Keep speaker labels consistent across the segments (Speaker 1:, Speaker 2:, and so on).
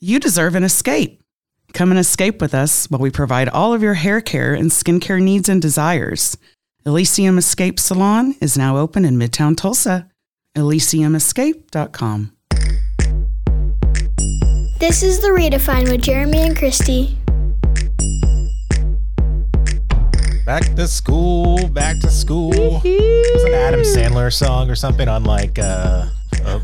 Speaker 1: You deserve an escape. Come and escape with us while we provide all of your hair care and skincare needs and desires. Elysium Escape Salon is now open in Midtown Tulsa. ElysiumEscape.com.
Speaker 2: This is the Redefine with Jeremy and Christy.
Speaker 3: Back to school, back to school. It's an Adam Sandler song or something on like uh, uh,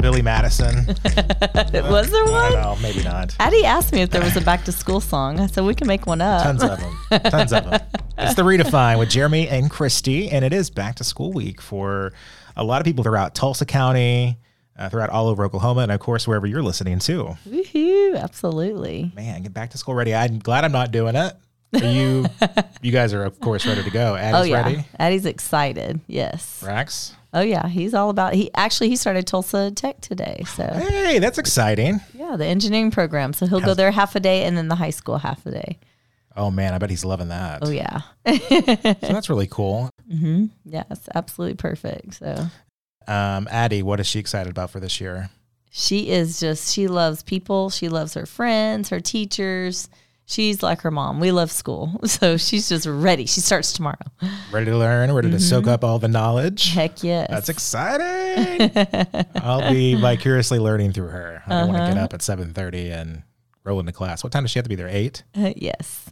Speaker 3: Billy Madison.
Speaker 4: Was there
Speaker 3: I don't
Speaker 4: one?
Speaker 3: know, maybe not.
Speaker 4: Addie asked me if there was a back to school song. I said we can make one up.
Speaker 3: Tons of them. Tons of them. It's the Redefine with Jeremy and Christy, and it is back to school week for a lot of people throughout Tulsa County, uh, throughout all over Oklahoma, and of course, wherever you're listening to.
Speaker 4: Woohoo! Absolutely.
Speaker 3: Man, get back to school ready. I'm glad I'm not doing it. Are you, you guys are, of course, ready to go. Addie's
Speaker 4: oh yeah,
Speaker 3: ready.
Speaker 4: Addie's excited. Yes.
Speaker 3: Rax.
Speaker 4: Oh yeah, he's all about. He actually he started Tulsa Tech today, so
Speaker 3: Hey, that's exciting.
Speaker 4: yeah, the engineering program. So he'll go there half a day and then the high school half a day.
Speaker 3: Oh, man, I bet he's loving that.
Speaker 4: Oh yeah,
Speaker 3: So that's really cool.
Speaker 4: hmm yeah, it's absolutely perfect. So
Speaker 3: Um, Addie, what is she excited about for this year?
Speaker 4: she is just she loves people. She loves her friends, her teachers. She's like her mom. We love school, so she's just ready. She starts tomorrow.
Speaker 3: Ready to learn, ready to soak up all the knowledge.
Speaker 4: Heck Mm-hmm. yes.
Speaker 3: That's exciting. I'll be vicariously learning through her. I don't want to get
Speaker 4: Uh-huh.
Speaker 3: up at 7:30 and roll into class. What time does she have to be there? 8?
Speaker 4: yes.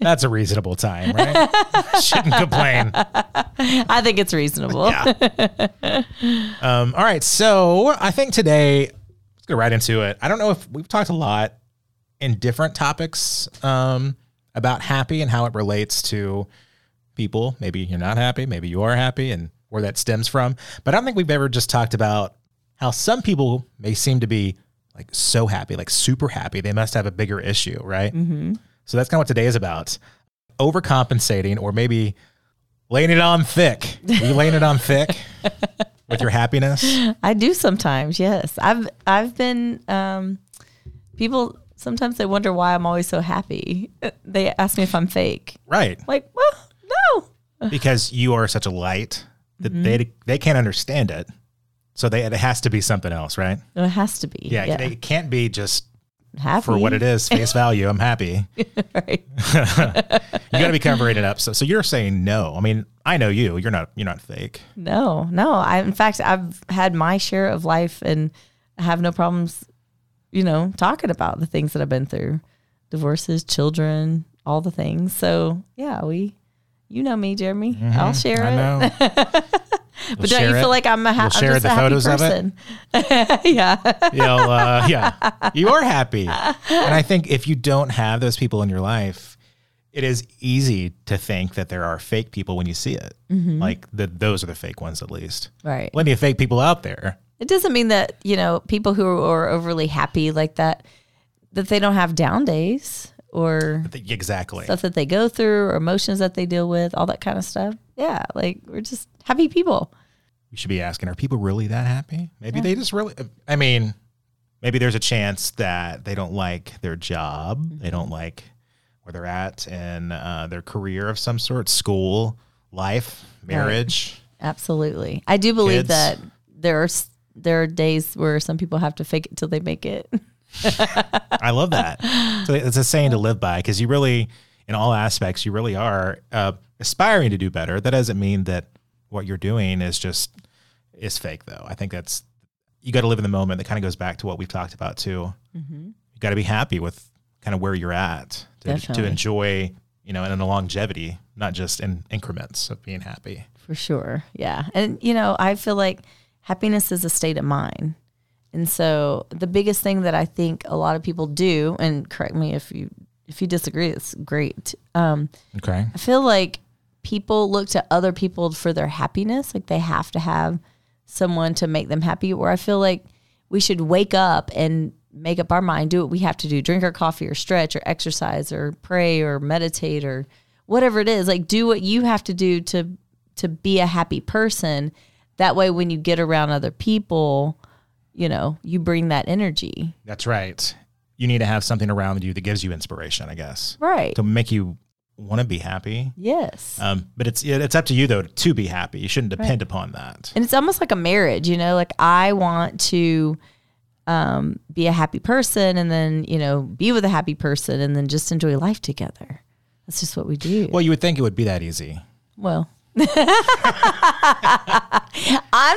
Speaker 3: That's a reasonable time, right? Shouldn't complain.
Speaker 4: I think it's reasonable.
Speaker 3: Um, all right, so I think today let's go right into it. I don't know if we've talked a lot in different topics um, about happy and how it relates to people. Maybe you're not happy, maybe you are happy, and where that stems from. But I don't think we've ever just talked about how some people may seem to be like so happy, like super happy. They must have a bigger issue, right?
Speaker 4: hmm
Speaker 3: So that's kind of what today is about: overcompensating, or maybe laying it on thick. Are you laying it on thick with your happiness?
Speaker 4: I do sometimes. Yes, I've I've been. Um, people sometimes they wonder why I'm always so happy. They ask me if I'm fake.
Speaker 3: Right.
Speaker 4: Like, well, no.
Speaker 3: Because you are such a light that
Speaker 4: Mm-hmm.
Speaker 3: they they can't understand it. So they it has to be something else, right?
Speaker 4: No, It has to be.
Speaker 3: Yeah, they- it can't be just
Speaker 4: happy
Speaker 3: for what it is, face value. I'm happy. You
Speaker 4: right.
Speaker 3: got to be covering it up. So so you're saying no. I mean, I know you. You're not you're not fake.
Speaker 4: No, no. I in fact I've had my share of life and I have no problems, you know, talking about the things that I've been through. Divorces, children, all the things. So yeah, we you know me, Jeremy. I'll share
Speaker 3: Mm-hmm. I
Speaker 4: it.
Speaker 3: know.
Speaker 4: But don't you feel like I'm a, ha-
Speaker 3: You'll
Speaker 4: I'm
Speaker 3: share
Speaker 4: just
Speaker 3: the
Speaker 4: a happy
Speaker 3: photos of it?
Speaker 4: person? yeah.
Speaker 3: You'll, uh, yeah, you are happy. And I think if you don't have those people in your life, it is easy to think that there are fake people when you see it. Like the, those are the fake ones, at least.
Speaker 4: Right.
Speaker 3: Plenty of fake people out there.
Speaker 4: It doesn't mean that, you know, people who are overly happy like that that they don't have down days or
Speaker 3: Th- Exactly.
Speaker 4: stuff that they go through or emotions that they deal with, all that kind of stuff. Yeah, like we're just happy people.
Speaker 3: you should be asking, are people really that happy? Maybe they just really, I mean, maybe there's a chance that they don't like their job. They don't like where they're at in uh, their career of some sort, school, life, marriage.
Speaker 4: Absolutely. I do believe
Speaker 3: Kids.
Speaker 4: that there are s- there are days where some people have to fake it till they make it.
Speaker 3: I love that. So it's a saying to live by because you really, in all aspects, you really are uh, aspiring to do better. That doesn't mean that what you're doing is just is fake, though. I think that's you got to live in the moment. That kind of goes back to what we've talked about too. You got to be happy with kind of where you're at to, to
Speaker 4: Definitely.
Speaker 3: enjoy, you know, and in the longevity, not just in increments of being happy.
Speaker 4: For sure. Yeah. And, you know, I feel like happiness is a state of mind. And so the biggest thing that I think a lot of people do, and correct me if you if you disagree, it's great. Um,
Speaker 3: Okay.
Speaker 4: I feel like people look to other people for their happiness. Like they have to have someone to make them happy. Or I feel like we should wake up and make up our mind, do what we have to do, drink our coffee or stretch or exercise or pray or meditate or whatever it is. Like do what you have to do to to be a happy person. That way when you get around other people, you know, you bring that energy.
Speaker 3: That's right. You need to have something around you that gives you inspiration, I guess,
Speaker 4: Right.
Speaker 3: to make you want to be happy
Speaker 4: Yes.
Speaker 3: Um, but it's it's up to you though to be happy. You shouldn't depend upon that.
Speaker 4: and it's almost like a marriage you know like i want to um, be a happy person and then, you know, be with a happy person and then just enjoy life together. That's just what we do.
Speaker 3: Well, you would think it would be that easy.
Speaker 4: Well, I'm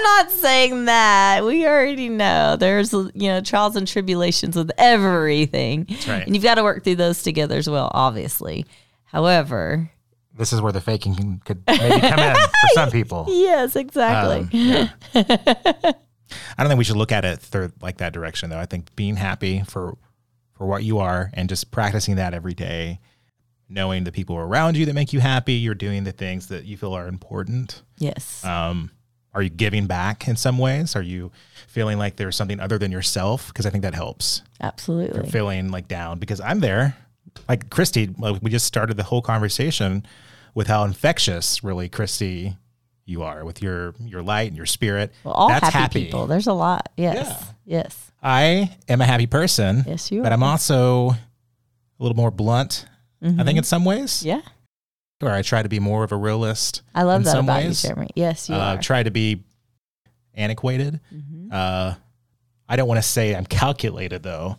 Speaker 4: not saying that. We already know there's, you know, trials and tribulations with everything.
Speaker 3: right.
Speaker 4: And you've got to work through those together as well, obviously. However,
Speaker 3: This is where the faking can- could maybe come in for some people.
Speaker 4: yes, exactly.
Speaker 3: Um, yeah. I don't think we should look at it through like that direction though. I think being happy for for what you are and just practicing that every day, knowing the people around you that make you happy, you're doing the things that you feel are important.
Speaker 4: yes.
Speaker 3: Um, are you giving back in some ways? Are you feeling like there's something other than yourself? Because I think that helps. You're
Speaker 4: absolutely.
Speaker 3: feeling like down because I'm there. Like Christy, like we just started the whole conversation with how infectious really Christy you are with your your light and your spirit.
Speaker 4: Well, all
Speaker 3: That's
Speaker 4: happy,
Speaker 3: happy.
Speaker 4: people. There's a lot. Yes. Yes.
Speaker 3: I am a happy person,
Speaker 4: Yes, you
Speaker 3: but
Speaker 4: are.
Speaker 3: I'm also a little more blunt. I think in some ways,
Speaker 4: Mm-hmm. Yeah.
Speaker 3: or I try to be more of a realist.
Speaker 4: I love
Speaker 3: in
Speaker 4: that
Speaker 3: some
Speaker 4: about
Speaker 3: ways.
Speaker 4: you, Jeremy. Yes, you
Speaker 3: uh,
Speaker 4: are. Mm-hmm.
Speaker 3: try to be antiquated. Uh, I don't want to say I'm calculated though.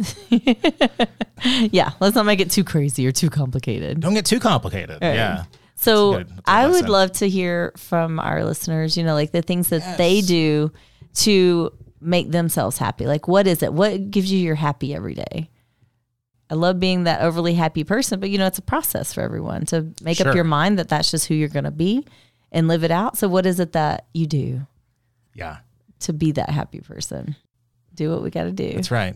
Speaker 4: yeah. Let's not make it too crazy or too complicated.
Speaker 3: Don't get too complicated.
Speaker 4: Right.
Speaker 3: Yeah,
Speaker 4: So
Speaker 3: That's a good- that's a
Speaker 4: I
Speaker 3: good
Speaker 4: would
Speaker 3: lesson.
Speaker 4: love to hear from our listeners, you know, like the things that they do to make themselves happy. Like what is it? What gives you your happy every day? I love being that overly happy person, but you know, it's a process for everyone to make
Speaker 3: Sure.
Speaker 4: up your mind that that's just who you're going to be and live it out. So what is it that you do
Speaker 3: yeah.
Speaker 4: to be that happy person? Do what we got to do.
Speaker 3: That's right.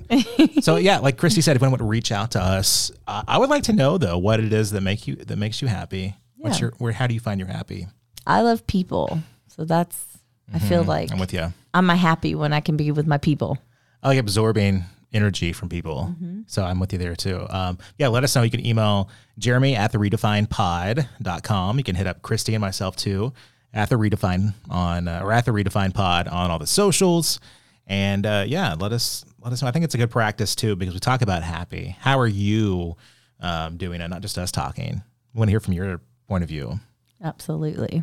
Speaker 3: so yeah, like Christy said, if anyone would reach out to us, uh, I would like to know though what it is that make you that makes you happy. What's
Speaker 4: Yeah.
Speaker 3: your where? How do you find you're happy?
Speaker 4: I love people. So that's I feel like
Speaker 3: I'm with you.
Speaker 4: Mm-hmm. I'm a happy when I can be with my people.
Speaker 3: I like absorbing energy from people. So I'm with you there too. Um, yeah, let us know. You can email jeremy at the redefinedpod.com. You can hit up Christy and myself too at the redefine on uh, or at the redefine pod on all the socials. And uh, yeah, let us let us know. I think it's a good practice too because we talk about happy. How are you um, doing it? Not just us talking. We want to hear from your point of view.
Speaker 4: Absolutely.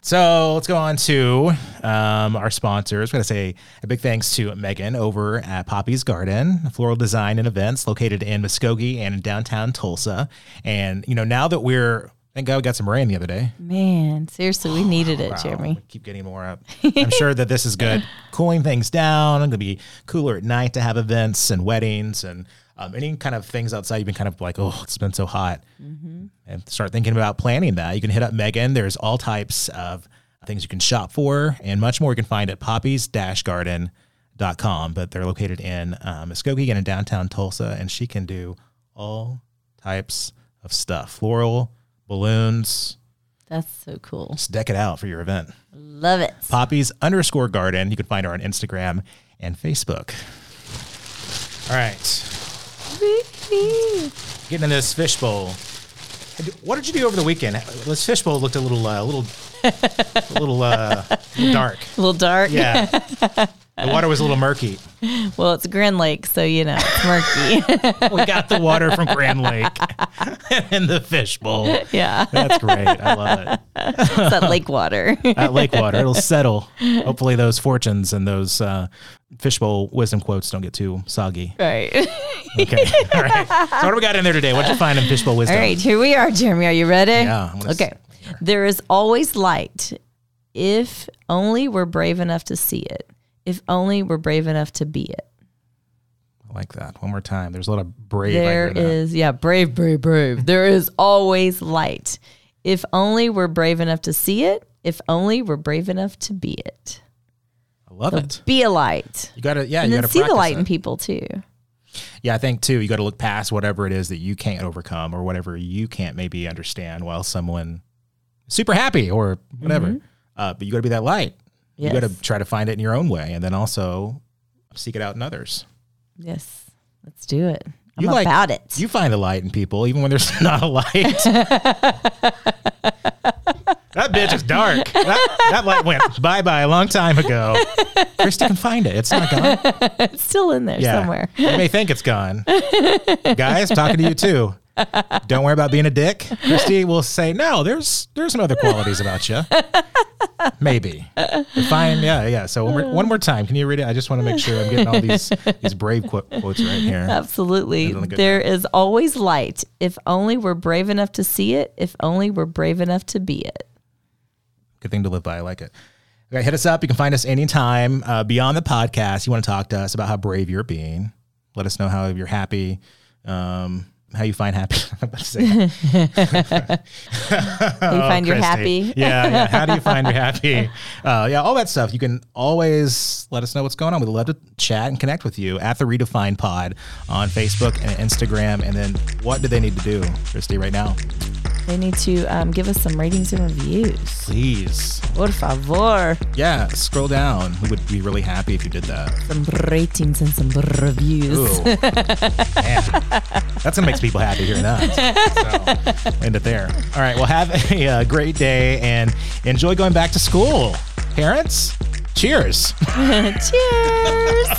Speaker 3: So let's go on to um, our sponsors. We're going to say a big thanks to Megan over at Poppy's Garden, floral design and events located in Muskogee and in downtown Tulsa. And, you know, now that we're, thank God we got some rain the other day.
Speaker 4: Man, seriously, we needed it,
Speaker 3: Wow, we
Speaker 4: Jeremy.
Speaker 3: keep getting more up. I'm sure that this is good. Cooling things down. I'm going to be cooler at night to have events and weddings and um, any kind of things outside. You've been kind of like, oh, it's been so hot. And start thinking about planning that. You can hit up Megan. There's all types of things you can shop for and much more you can find at poppies garden.com. But they're located in uh, Muskogee and in downtown Tulsa. And she can do all types of stuff floral, balloons.
Speaker 4: That's so cool.
Speaker 3: Just deck it out for your event.
Speaker 4: Love it.
Speaker 3: Poppies underscore garden. You can find her on Instagram and Facebook. All right. Getting in this fishbowl. What did you do over the weekend? This fishbowl looked a little, uh, a little, a little uh, dark.
Speaker 4: A little dark.
Speaker 3: Yeah. The water was a little murky.
Speaker 4: Well, it's Grand Lake, so you know, it's murky.
Speaker 3: We got the water from Grand Lake in the fishbowl.
Speaker 4: yeah.
Speaker 3: That's great. I love it.
Speaker 4: It's that lake water.
Speaker 3: That lake water, it'll settle. Hopefully, those fortunes and those uh, fishbowl wisdom quotes don't get too soggy.
Speaker 4: right.
Speaker 3: Okay. All right. So what do we got in there today? What'd you find in Fishbowl Wisdom?
Speaker 4: All right, here we are, Jeremy. Are you ready?
Speaker 3: Yeah, I'm gonna
Speaker 4: Okay. There is always light if only we're brave enough to see it. If only we're brave enough to be it.
Speaker 3: I like that. One more time. There's a lot of brave.
Speaker 4: There
Speaker 3: I hear that.
Speaker 4: is, yeah, brave, brave, brave. There is always light. If only we're brave enough to see it. If only we're brave enough to be it.
Speaker 3: I love it.
Speaker 4: Be a light.
Speaker 3: You gotta, yeah,
Speaker 4: And
Speaker 3: you
Speaker 4: then
Speaker 3: gotta
Speaker 4: see the
Speaker 3: practice
Speaker 4: light in
Speaker 3: it.
Speaker 4: people too.
Speaker 3: Yeah, I think too. You gotta look past whatever it is that you can't overcome or whatever you can't maybe understand, while someone is super happy or whatever. Uh, but you gotta be that light.
Speaker 4: Mm-hmm. Yes.
Speaker 3: You gotta try to find it in your own way, and then also seek it out in others.
Speaker 4: Yes. Let's do it. I'm
Speaker 3: You like-
Speaker 4: about it.
Speaker 3: You find the light in people, even when there's not a light. that bitch is dark. That, that light went bye bye a long time ago. Christy can find it. It's not gone.
Speaker 4: it's still in there somewhere.
Speaker 3: You may think it's gone. Guys, I'm talking to you too. Don't worry about being a dick. Christy will say, no, there's there's some other qualities about you. Maybe. But Fine. Yeah, yeah. So one more, one more time. Can you read it? I just want to make sure I'm getting all these these brave qu- quotes right here.
Speaker 4: Absolutely.
Speaker 3: on a good
Speaker 4: There is always light. If only we're brave enough to see it, if only we're brave enough to be it.
Speaker 3: Good thing to live by. I like it. Okay, hit us up. You can find us anytime uh, beyond the podcast. You want to talk to us about how brave you're being. Let us know how you're happy, um, how you find happy. I'm about to say
Speaker 4: You
Speaker 3: Oh,
Speaker 4: find you're
Speaker 3: Christy.
Speaker 4: happy.
Speaker 3: Yeah, yeah. How do you find you're happy? Uh, yeah, all that stuff. You can always let us know what's going on. We'd love to chat and connect with you at the Redefined Pod on Facebook and Instagram. And then what do they need to do, Christy, right now?
Speaker 4: They need to um, give us some ratings and reviews.
Speaker 3: Please.
Speaker 4: Por favor.
Speaker 3: Yeah, scroll down. We would be really happy if you did that.
Speaker 4: Some ratings and some reviews.
Speaker 3: Ooh. Man. That's going to make people happy hearing that. So, end it there. All right. Well, have a uh, great day and enjoy going back to school. Parents, cheers.
Speaker 4: Cheers.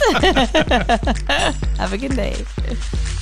Speaker 4: Have a good day.